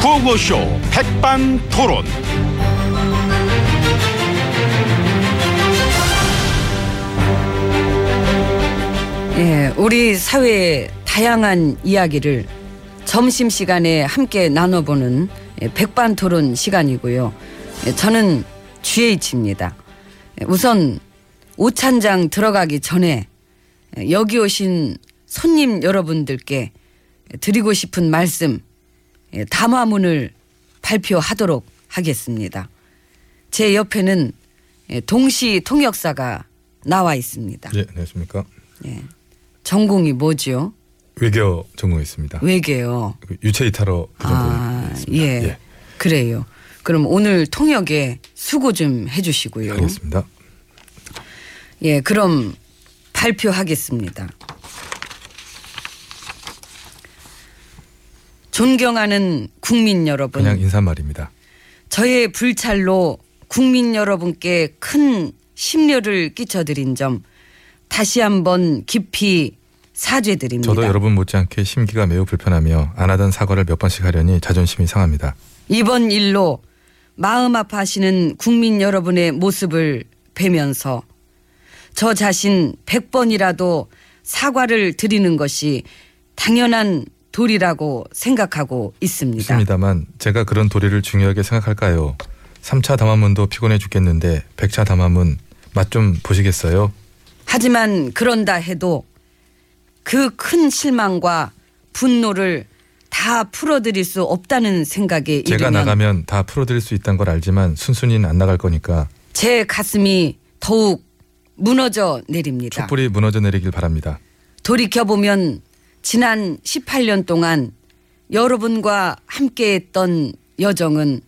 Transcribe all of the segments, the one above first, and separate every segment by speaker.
Speaker 1: 구호쇼 백반토론.
Speaker 2: 예, 우리 사회의 다양한 이야기를 점심 시간에 함께 나눠보는 예, 백반토론 시간이고요. 예, 저는 GH입니다. 예, 우선 오찬장 들어가기 전에 예, 여기 오신 손님 여러분들께 드리고 싶은 말씀 예, 담화문을 발표하도록 하겠습니다. 제 옆에는 예, 동시 통역사가 나와 있습니다.
Speaker 3: 예, 안녕하십니까.
Speaker 2: 전공이 뭐지요?
Speaker 3: 외교 전공했습니다. 그
Speaker 2: 외계요.
Speaker 3: 유체 이탈어
Speaker 2: 아,
Speaker 3: 전공했습니다.
Speaker 2: 예. 그래요. 그럼 오늘 통역에 수고 좀 해주시고요.
Speaker 3: 알겠습니다.
Speaker 2: 예, 그럼 발표하겠습니다. 존경하는 국민 여러분.
Speaker 3: 그냥 인사말입니다.
Speaker 2: 예. 저의 불찰로 국민 여러분께 큰 심려를 끼쳐드린 점 다시 한번 깊이 사죄드립니다.
Speaker 3: 저도 여러분 못지않게 심기가 매우 불편하며 안 하던 사과를 몇 번씩 하려니 자존심이 상합니다.
Speaker 2: 예. 이번 일로 마음 아파하시는 국민 여러분의 모습을 뵈면서 저 자신 100번이라도 사과를 드리는 것이 당연한 도리라고 생각하고 있습니다.
Speaker 3: 있습니다만 제가 그런 도리를 중요하게 생각할까요? 3차 담화문도 피곤해 죽겠는데 100차 담화문 맛 좀 보시겠어요?
Speaker 2: 하지만 그런다 해도 그 큰 실망과 분노를 다 풀어드릴 수 없다는 생각에
Speaker 3: 제가
Speaker 2: 이르면
Speaker 3: 나가면 다 풀어드릴 수 있다는 걸 알지만 순순히는 안 나갈 거니까
Speaker 2: 제 가슴이 더욱 무너져 내립니다.
Speaker 3: 촛불이 무너져 내리길 바랍니다.
Speaker 2: 돌이켜보면 지난 18년 동안 여러분과 함께했던 여정은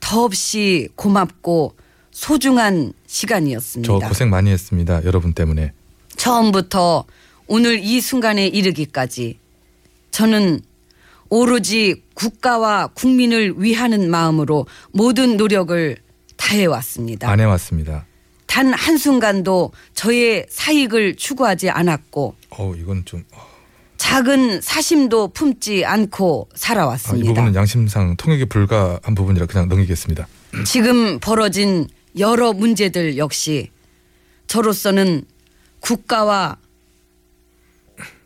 Speaker 2: 더없이 고맙고 소중한 시간이었습니다.
Speaker 3: 저 고생 많이 했습니다. 여러분 때문에.
Speaker 2: 처음부터 오늘 이 순간에 이르기까지 저는 오로지 국가와 국민을 위하는 마음으로 모든 노력을 다해왔습니다.
Speaker 3: 안 해왔습니다.
Speaker 2: 단 한순간도 저의 사익을 추구하지 않았고
Speaker 3: 어 이건 좀 어,
Speaker 2: 작은 사심도 품지 않고
Speaker 3: 아, 이
Speaker 2: 살아왔습니다.
Speaker 3: 부분은 양심상 통역이 불가한 부분이라 그냥 넘기겠습니다.
Speaker 2: 지금 벌어진 여러 문제들 역시 저로서는 국가와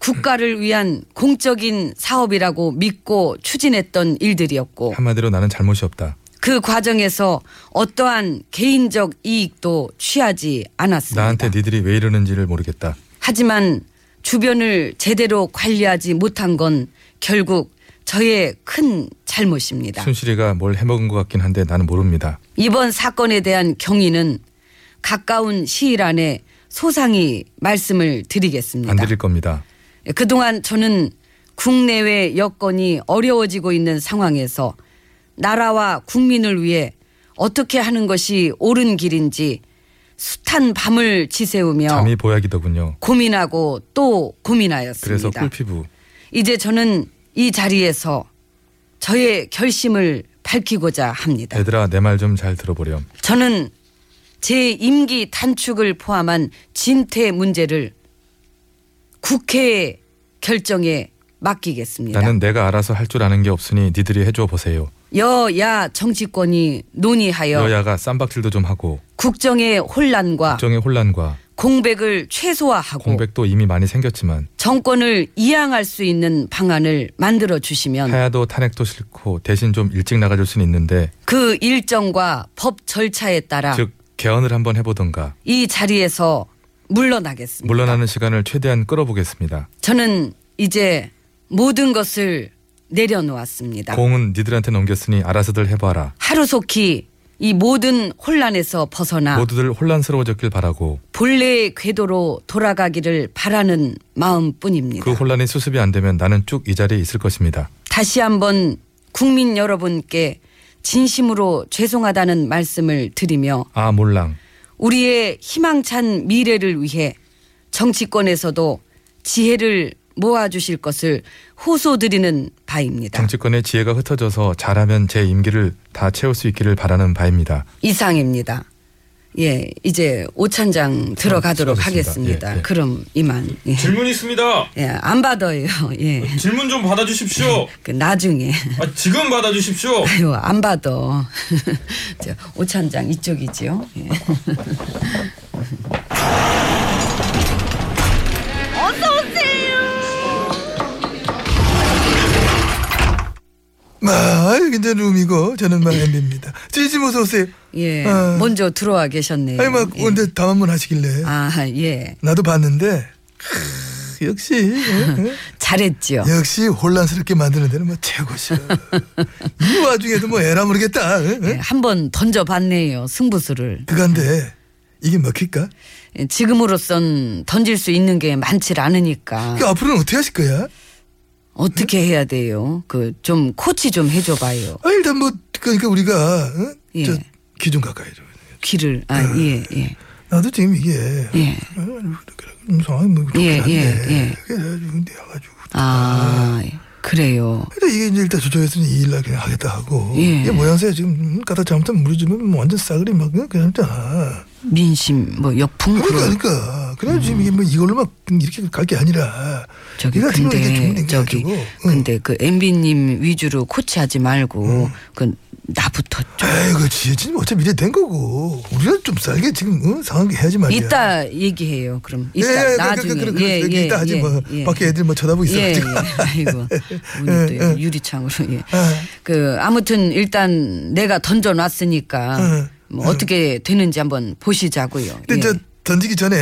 Speaker 2: 국가를 위한 공적인 사업이라고 믿고 추진했던 일들이었고
Speaker 3: 한마디로 나는 잘못이 없다.
Speaker 2: 그 과정에서 어떠한 개인적 이익도 취하지 않았습니다. 네.
Speaker 3: 나한테 니들이 왜 이러는지를 모르겠다.
Speaker 2: 하지만 주변을 제대로 관리하지 못한 건 결국 저의 큰 잘못입니다.
Speaker 3: 순실이가 뭘 해먹은 것 같긴 한데 나는 모릅니다.
Speaker 2: 이번 사건에 대한 경위는 가까운 시일 안에 소상히 말씀을 드리겠습니다. 예,
Speaker 3: 안 드릴 겁니다.
Speaker 2: 그동안 저는 국내외 여건이 어려워지고 있는 상황에서 나라와 국민을 위해 어떻게 하는 것이 옳은 길인지 숱한 밤을 지새우며
Speaker 3: 잠이 보약이더군요.
Speaker 2: 고민하고 또
Speaker 3: 그래서
Speaker 2: 고민하였습니다.
Speaker 3: 꿀피부
Speaker 2: 이제 저는 이 자리에서 저의 결심을 밝히고자 합니다.
Speaker 3: 얘들아 내 말 좀 잘 들어보렴.
Speaker 2: 저는 제 임기 단축을 포함한 진퇴 문제를 국회 결정에 맡기겠습니다.
Speaker 3: 나는 내가 알아서 할 줄 아는 게 없으니 니들이 해줘 보세요.
Speaker 2: 여야 정치권이 논의하여
Speaker 3: 여야가 쌈박질도 좀 하고
Speaker 2: 국정의 혼란과
Speaker 3: 국정의 혼란과
Speaker 2: 공백을 최소화하고
Speaker 3: 공백도 이미 많이 생겼지만
Speaker 2: 정권을 이양할 수 있는 방안을 만들어 주시면
Speaker 3: 하야도 탄핵도 싫고 대신 좀 일찍 나가줄 수는 있는데
Speaker 2: 그 일정과 법 절차에 따라
Speaker 3: 즉 개헌을 한번 해보던가
Speaker 2: 이 자리에서 물러나겠습니다.
Speaker 3: 물러나는 시간을 최대한 끌어보겠습니다.
Speaker 2: 저는 이제 모든 것을 내려놓았습니다.
Speaker 3: 공은 니들한테 넘겼으니 알아서들 해봐라.
Speaker 2: 하루속히 이 모든 혼란에서 벗어나
Speaker 3: 모두들 혼란스러워졌길 바라고
Speaker 2: 본래의 궤도로 돌아가기를 바라는 마음뿐입니다.
Speaker 3: 그 혼란이 수습이 안 되면 나는 쭉 이 자리에 있을 것입니다.
Speaker 2: 다시 한번 국민 여러분께 진심으로 죄송하다는 말씀을 드리며
Speaker 3: 아 몰랑
Speaker 2: 우리의 희망찬 미래를 위해 정치권에서도 지혜를 모아주실 것을 호소드리는 바입니다.
Speaker 3: 정치권의 지혜가 흩어져서 잘하면 제 임기를 다 채울 수 있기를 바라는 바입니다.
Speaker 2: 이상입니다. 예, 이제 오찬장 들어가도록
Speaker 4: 수고하셨습니다.
Speaker 2: 하겠습니다.
Speaker 4: 예, 예.
Speaker 2: 그럼 이만. 예.
Speaker 1: 질문 있습니다.
Speaker 2: 예, 안 받아요. 예.
Speaker 1: 질문 좀 받아주십시오.
Speaker 2: 그 나중에.
Speaker 1: 아, 지금 받아주십시오.
Speaker 2: 아유, 안 받아. 저 오찬장 이쪽이지요. 예.
Speaker 5: 마, 근데 룸이고 저는 막 엠비입니다. 찌지 어서 오세요.
Speaker 2: 예,
Speaker 5: 아.
Speaker 2: 먼저 들어와 계셨네요.
Speaker 5: 아니 뭐, 막
Speaker 2: 예.
Speaker 5: 언제 담화문 하시길래
Speaker 2: 아, 예.
Speaker 5: 나도 봤는데 크, 역시 예,
Speaker 2: 어. 잘했지요.
Speaker 5: 예. 역시 혼란스럽게 만드는 데는 뭐 최고죠. 이 와중에도 뭐 에라 모르겠다. 예, 예.
Speaker 2: 예, 한번 던져봤네요. 승부수를.
Speaker 5: 그간데 이게 먹힐까?
Speaker 2: 예, 지금으로선 던질 수 있는 게 많질 않으니까.
Speaker 5: 그 앞으로는 어떻게 하실 거야?
Speaker 2: 어떻게 해야 돼요? 그 좀 코치 좀 해줘봐요.
Speaker 5: 아, 일단 뭐 그러니까 우리가 어?
Speaker 2: 예.
Speaker 5: 저 기준 가까이 좀.
Speaker 2: 귀를 아 예 예.
Speaker 5: 나도 지금 이게
Speaker 2: 예.
Speaker 5: 어, 그래, 그래, 상황이 뭐
Speaker 2: 예,
Speaker 5: 좋긴 한데
Speaker 2: 예, 예.
Speaker 5: 그래가지고 근데 해가지고
Speaker 2: 아 그래요.
Speaker 5: 근데 이게 이제 일단 조정했으니 이 일날 그냥 하겠다 하고
Speaker 2: 예.
Speaker 5: 이게 모양새 지금 까다 잘못하면 물어주면 뭐 완전 싸그리 막 그냥 그랬잖아
Speaker 2: 민심 뭐 역풍
Speaker 5: 그러니까
Speaker 2: 그런
Speaker 5: 그러니까 그래 지금 이게 뭐 이걸로 막 이렇게 갈 게 아니라
Speaker 2: 저기
Speaker 5: 이거 같은 경우는 이게
Speaker 2: 근데
Speaker 5: 주문된 게
Speaker 2: 저기
Speaker 5: 아니고, 어. 응.
Speaker 2: 근데 그 MB님 위주로 코치하지 말고 그 나부터 좀
Speaker 5: 에이그 지혜진 어차피 이래 된 거고 우리가 좀 싸게 지금 어? 상황 해야지 말이야
Speaker 2: 이따 얘기해요. 그럼
Speaker 5: 예,
Speaker 2: 이따
Speaker 5: 예,
Speaker 2: 나중에
Speaker 5: 그래, 그래, 그래, 그래,
Speaker 2: 예,
Speaker 5: 이따 하지
Speaker 2: 예,
Speaker 5: 뭐
Speaker 2: 예.
Speaker 5: 밖에 애들 뭐 쳐다보고 있어
Speaker 2: 예, 예.
Speaker 5: 지금
Speaker 2: 아이고
Speaker 5: 예,
Speaker 2: 우리 또
Speaker 5: 예.
Speaker 2: 유리창으로 예.
Speaker 5: 아.
Speaker 2: 그 아무튼 일단 내가 던져 놨으니까
Speaker 5: 응,
Speaker 2: 뭐 어떻게 되는지 한번 보시자고요.
Speaker 5: 아. 근데 저 던지기 전에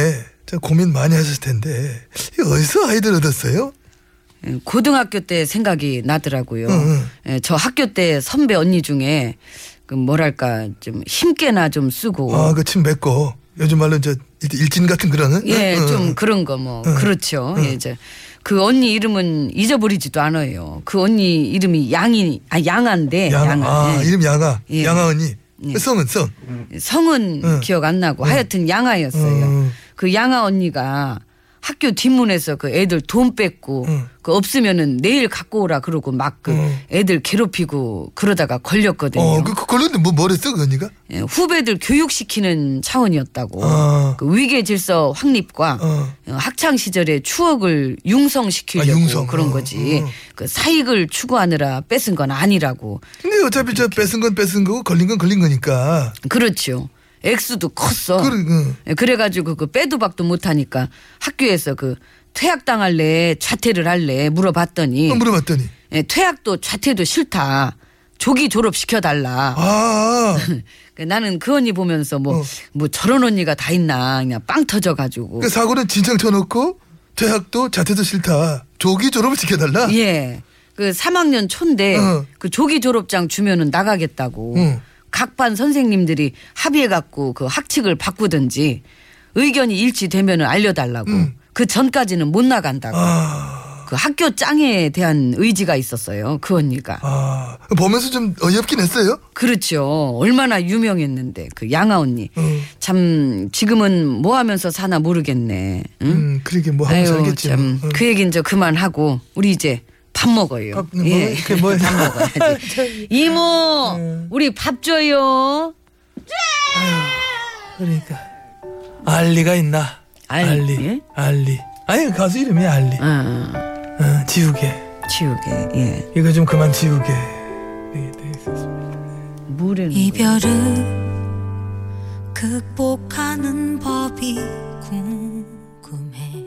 Speaker 5: 저 고민 많이 하셨을 텐데 이거 어디서 아이들 얻었어요?
Speaker 2: 예, 고등학교 때 생각이 나더라고요.
Speaker 5: 응, 응.
Speaker 2: 예, 저 학교 때 선배 언니 중에 그 뭐랄까 좀 힘께나 좀 쓰고
Speaker 5: 아 그 침 뱉고 요즘 말로 이제 일진 같은 그런
Speaker 2: 예,
Speaker 5: 응,
Speaker 2: 좀
Speaker 5: 응.
Speaker 2: 그런 거 뭐 그렇죠. 예, 이제 그 언니 이름은 잊어버리지도 않아요. 그 언니 이름이 양이 아 양아인데
Speaker 5: 양아.
Speaker 2: 양아.
Speaker 5: 아,
Speaker 2: 예.
Speaker 5: 이름 양아.
Speaker 2: 예. 네.
Speaker 5: 양아 언니. 그 성은 성.
Speaker 2: 성은
Speaker 5: 응.
Speaker 2: 기억 안 나고 하여튼 양아였어요.
Speaker 5: 응.
Speaker 2: 그 양아 언니가 학교 뒷문에서 그 애들 돈 뺏고
Speaker 5: 응.
Speaker 2: 그 없으면은 내일 갖고 오라 그러고 막 그
Speaker 5: 응.
Speaker 2: 애들 괴롭히고 그러다가 걸렸거든요.
Speaker 5: 어, 그, 그, 걸렸는데 뭐, 뭐랬어, 그 언니가?
Speaker 2: 예, 후배들 교육시키는 차원이었다고.
Speaker 5: 아.
Speaker 2: 그 위계 질서 확립과
Speaker 5: 어.
Speaker 2: 학창 시절의 추억을 융성시키려고
Speaker 5: 아, 융성.
Speaker 2: 그런
Speaker 5: 어,
Speaker 2: 거지.
Speaker 5: 어.
Speaker 2: 그 사익을 추구하느라 뺏은 건 아니라고.
Speaker 5: 근데 어차피 저 뺏은 건 뺏은 거고 걸린 건 걸린 거니까.
Speaker 2: 그렇죠. 액수도 컸어.
Speaker 5: 그래, 응.
Speaker 2: 예, 그래가지고 그 빼도 박도 못하니까 학교에서 그 퇴학당할래 자퇴를 할래 물어봤더니
Speaker 5: 어, 물어봤더니.
Speaker 2: 예, 퇴학도 자퇴도 싫다. 조기 졸업시켜달라.
Speaker 5: 아,
Speaker 2: 그 나는 그 언니 보면서 뭐 뭐
Speaker 5: 어.
Speaker 2: 저런 언니가 다 있나 그냥 빵 터져가지고
Speaker 5: 그 사고는 진창 쳐놓고, 퇴학도 자퇴도 싫다. 조기 졸업을 시켜달라?
Speaker 2: 예. 그 3학년 초인데
Speaker 5: 어.
Speaker 2: 그 조기 졸업장 주면은 나가겠다고
Speaker 5: 응.
Speaker 2: 각 반 선생님들이 합의해 갖고 그 학칙을 바꾸든지 의견이 일치되면은 알려달라고 그 전까지는 못 나간다고
Speaker 5: 어. 아,
Speaker 2: 그 학교 짱에 대한 의지가 있었어요 그 언니가
Speaker 5: 아, 보면서 좀 어이없긴 했어요.
Speaker 2: 그렇죠 얼마나 유명했는데 그 양아 언니
Speaker 5: 응.
Speaker 2: 참 지금은 뭐 하면서 사나 모르겠네 응?
Speaker 5: 음, 그러게 뭐 하고
Speaker 2: 아유
Speaker 5: 살겠지.
Speaker 2: 참
Speaker 5: 응.
Speaker 2: 그 얘긴 저 그만하고 우리 이제 밥 먹어요.
Speaker 5: 밥 먹어요? 그게 뭐예요?
Speaker 2: 밥 먹어야지. 이모, 우리 밥 줘요.
Speaker 5: 그러니까. 알리가 있나?
Speaker 2: 알리? 예?
Speaker 5: 알리. 아니, 가수 이름이 알리.
Speaker 2: 아,
Speaker 5: 어, 지우개.
Speaker 2: 지우개. 예.
Speaker 5: 이거 좀 그만 지우게.
Speaker 2: 물에는
Speaker 6: 이별을 극복하는 법이 궁금해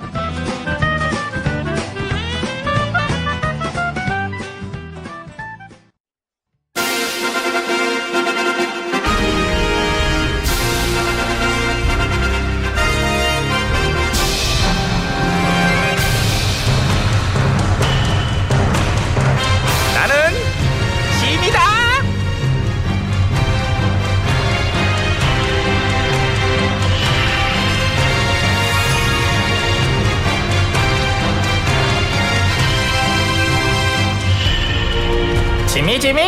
Speaker 3: 지미 지미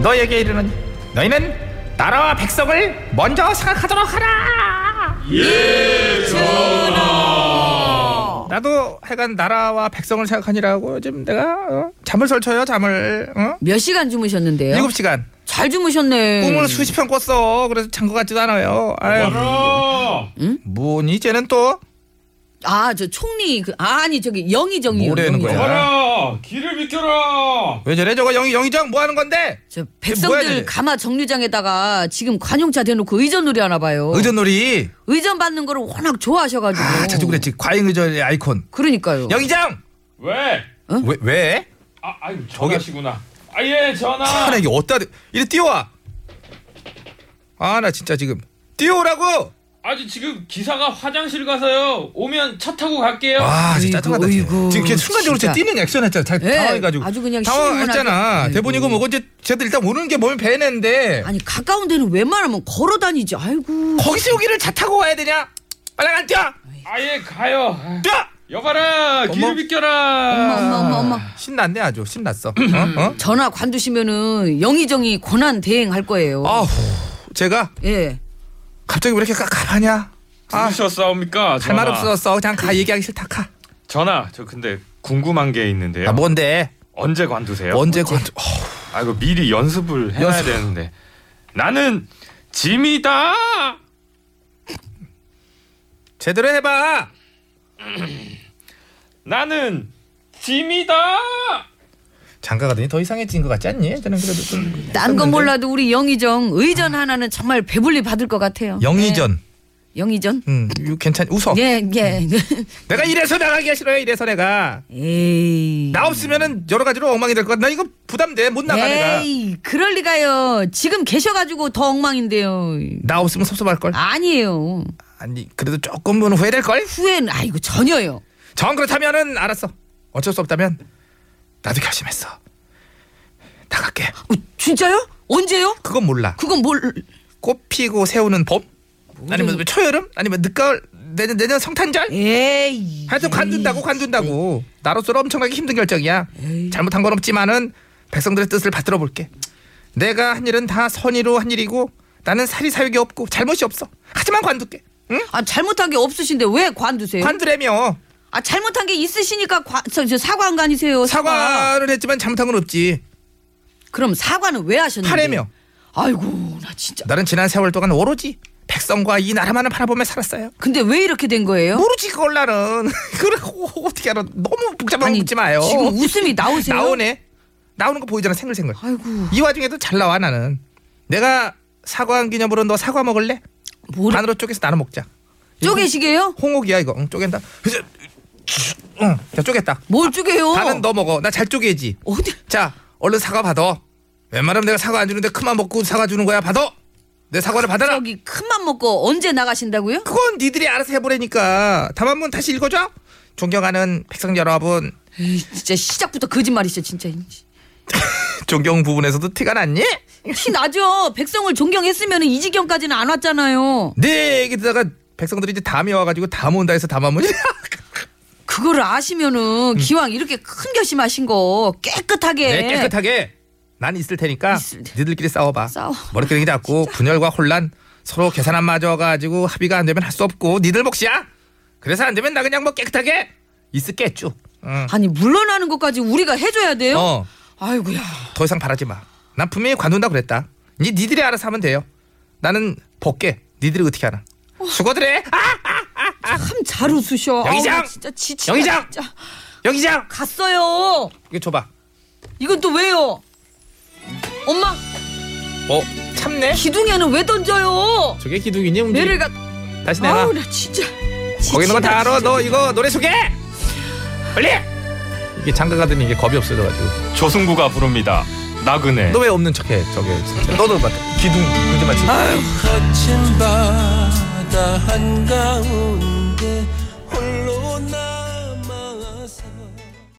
Speaker 3: 너에게 이르는 너희는 나라와 백성을 먼저 생각하도록 하라 예 전하 나도 하여간 나라와 백성을 생각하니라고 지금 내가 어, 잠을 설쳐요 잠을 어?
Speaker 2: 몇 시간 주무셨는데요?
Speaker 3: 7시간
Speaker 2: 잘 주무셨네.
Speaker 3: 꿈을 수십 편 꿨어 그래서 잔 것 같지도 않아요 아유
Speaker 1: 아,
Speaker 3: 뭐니 쟤는 또
Speaker 2: 아, 저 총리, 그, 아, 아니, 저기, 영희정이요.
Speaker 3: 뭐라는 거야?
Speaker 2: 영희정.
Speaker 1: 가라! 길을 비켜라!
Speaker 3: 왜 저래 저거 영, 영의정 뭐 하는 건데
Speaker 2: 저
Speaker 3: 뭐야, 이게?
Speaker 2: 백성들 가마 정류장에다가 지금 관용차 대놓고 의전놀이 하나 봐요.
Speaker 3: 어. 의전놀이
Speaker 2: 의전 받는 거를 워낙 좋아하셔가지고.
Speaker 3: 아, 자주 그랬지 과잉 의전의 아이콘
Speaker 2: 그러니까요.
Speaker 3: 영의정
Speaker 1: 왜?
Speaker 3: 왜 왜?
Speaker 1: 아, 아유, 전화시구나. 아, 예, 전화!
Speaker 3: 하나 이게 어디다 대- 이리 뛰어와 아 나 진짜 지금 뛰어오라고
Speaker 1: 아니, 지금 기사가 화장실 가서요. 오면 차 타고 갈게요.
Speaker 3: 와 진짜
Speaker 2: 어이구,
Speaker 3: 짜증나다
Speaker 2: 어이구,
Speaker 3: 지금 걔 순간적으로
Speaker 2: 진짜.
Speaker 3: 진짜 뛰는 액션 했잖아 자,
Speaker 2: 예,
Speaker 3: 당황해가지고
Speaker 2: 아주 그냥
Speaker 3: 당황했잖아
Speaker 2: 시원하게.
Speaker 3: 대본이고 뭐고 이제 쟤들 일단 오는 게 뭘 배냈는데
Speaker 2: 아니, 가까운 데는 웬만하면 걸어 다니지. 아이고.
Speaker 3: 거기서 여기를 차 타고 와야 되냐 빨리 안 뛰어
Speaker 1: 아예 가요. 아,
Speaker 3: 뛰어
Speaker 1: 여봐라!
Speaker 3: 어머.
Speaker 1: 길을 비켜라!
Speaker 2: 엄마, 엄마, 엄마, 엄마.
Speaker 3: 신났네 아주 신났어 어? 어?
Speaker 2: 전화 관두시면은 영희정이 권한 대행 할 거예요.
Speaker 3: 아우 제가
Speaker 2: 예.
Speaker 3: 갑자기 왜 이렇게 깝깝하냐 아,
Speaker 1: 부르셨사옵니까?
Speaker 3: 할 말
Speaker 1: 전화?
Speaker 3: 없었어 그냥 가 얘기하기 싫다 가 아,
Speaker 1: 전화, 저 근데 궁금한 게 있는데요.
Speaker 3: 뭔데
Speaker 1: 언제 관두세요?
Speaker 3: 아, 뭐? 언제 관두 어,
Speaker 1: 아, 이거 미리 연습을 해놔야
Speaker 3: 연습.
Speaker 1: 되는데. 나는 짐이다!
Speaker 3: 제대로 해봐
Speaker 1: 나는 짐이다!
Speaker 3: 장가 가더니 더 이상해진 것 같지 않니? 저는 그래도 좀
Speaker 2: 딴 건
Speaker 3: 했었는데.
Speaker 2: 몰라도 우리 영희정 의전 하나는 정말 배불리 받을 것 같아요.
Speaker 3: 영의전
Speaker 2: 예. 영희전?
Speaker 3: 음 이거 괜찮 웃어
Speaker 2: 예, 예.
Speaker 3: 내가 이래서 나가기가 싫어요 이래서 내가
Speaker 2: 에이.
Speaker 3: 나 없으면은 여러 가지로 엉망이 될 것 같아 나 이거 부담돼 못 나가 내가
Speaker 2: 에이, 그럴 리가요. 지금 계셔가지고 더 엉망인데요.
Speaker 3: 나 없으면 섭섭할걸
Speaker 2: 아니에요.
Speaker 3: 아니 그래도 조금은 후회될걸
Speaker 2: 후회는 아이고 전혀요. 어,
Speaker 3: 정 그렇다면은 알았어 어쩔 수 없다면 나도 결심했어 나갈게
Speaker 2: 어, 진짜요? 언제요?
Speaker 3: 그건 몰라
Speaker 2: 그건 뭘?
Speaker 3: 꽃 피고 새우는 봄
Speaker 2: 음.
Speaker 3: 아니면 초여름 아니면 늦가을 내년 내년 성탄절
Speaker 2: 에이.
Speaker 3: 하여튼 관둔다고 관둔다고 나로서는 엄청나게 힘든 결정이야 잘못한 건 없지만은 백성들의 뜻을 받들어 볼게 내가 한 일은 다 선의로 한 일이고 나는 사리사욕이 없고 잘못이 없어 하지만 관둘게 응?
Speaker 2: 아 잘못한 게 없으신데 왜 관두세요?
Speaker 3: 관두래며
Speaker 2: 아 잘못한 게 있으시니까 관, 저, 저 사관관이세요. 사관.
Speaker 3: 사과를 했지만 잘못한 건 없지
Speaker 2: 그럼 사관은 왜 하셨는데?
Speaker 3: 하래며
Speaker 2: 아이고 나 진짜.
Speaker 3: 나는 지난 세월 동안 오로지 백성과 이 나라만을 바라보며 살았어요
Speaker 2: 근데 왜 이렇게 된 거예요?
Speaker 3: 모르지 그걸 나는 그걸 어떻게 알아 너무 복잡한 거 묻지 마요
Speaker 2: 지금 웃음이 나오세요?
Speaker 3: 나오네 나오는 거 보이잖아 생글생글
Speaker 2: 아이고
Speaker 3: 이 와중에도 잘 나와 나는 내가 사과한 기념으로 너 사과 먹을래?
Speaker 2: 뭐래?
Speaker 3: 반으로 쪼개서 나눠 먹자
Speaker 2: 쪼개시게요?
Speaker 3: 홍옥이야 이거 응, 쪼갠다 그래서 응, 자 쪼갰다
Speaker 2: 뭘 쪼개요?
Speaker 3: 반은 너 먹어 나 잘 쪼개지
Speaker 2: 어디?
Speaker 3: 자 얼른 사과 받아 웬만하면 내가 사과 안 주는데 그만 먹고 사과 주는 거야 받아 내 사과를 받아라
Speaker 2: 저기 큰맘 먹고 언제 나가신다고요?
Speaker 3: 그건 니들이 알아서 해보라니까 담 한 번 다시 읽어줘 존경하는 백성 여러분
Speaker 2: 에이, 진짜 시작부터 거짓말이죠 진짜.
Speaker 3: 존경 부분에서도 티가 났니?
Speaker 2: 티 나죠. 백성을 존경했으면 이 지경까지는 안 왔잖아요.
Speaker 3: 네 얘기 듣다가 백성들이 이제 담이 와가지고 담 온다 해서 담하면
Speaker 2: 그거를 아시면은 기왕 이렇게 큰 결심하신 거 깨끗하게.
Speaker 3: 음. 네, 깨끗하게 난 있을 테니까
Speaker 2: 있을 테-
Speaker 3: 니들끼리 싸워봐.
Speaker 2: 싸워.
Speaker 3: 머리끄덩이 잡고 분열과 혼란 서로 계산 안 맞아가지고 합의가 안 되면 할 수 없고 니들 몫이야. 그래서 안 되면 나 그냥 뭐 깨끗하게 있을게쭉. 응.
Speaker 2: 아니 물러나는 것까지 우리가 해줘야 돼요.
Speaker 3: 음. 어,
Speaker 2: 아이고야.
Speaker 3: 더 이상 바라지 마. 난 분명히 관둔다 그랬다. 니 니들이 알아서 하면 돼요. 나는 벗게. 니들이 어떻게 하나. 수고들해. 아!
Speaker 2: 참 잘 웃으셔. 아우,
Speaker 3: 영희장!
Speaker 2: 나 진짜 지치다.
Speaker 3: 영희장!
Speaker 2: 진짜.
Speaker 3: 여기장.
Speaker 2: 갔어요.
Speaker 3: 이거 줘봐.
Speaker 2: 이건 또 왜요? 엄마
Speaker 3: 어, 참네.
Speaker 2: 기둥에는 왜 던져요?
Speaker 3: 저게 기둥이니? 움직이-
Speaker 2: 매를 갖.
Speaker 3: 다시 내놔.
Speaker 2: 아우 나 진짜.
Speaker 3: 네. 거기 있는 거 다
Speaker 2: 지치다,
Speaker 3: 알아.
Speaker 2: 진짜.
Speaker 3: 너 이거 노래 소개. 빨리. 이게 장가 가더니 이게 겁이 없어져가지고.
Speaker 1: 조승구가 부릅니다. 나그네.
Speaker 3: 너 왜 없는 척해 저게 진짜. 아, 너도 맞다. 기둥 그지 마치.
Speaker 7: 거친 바다 한가운데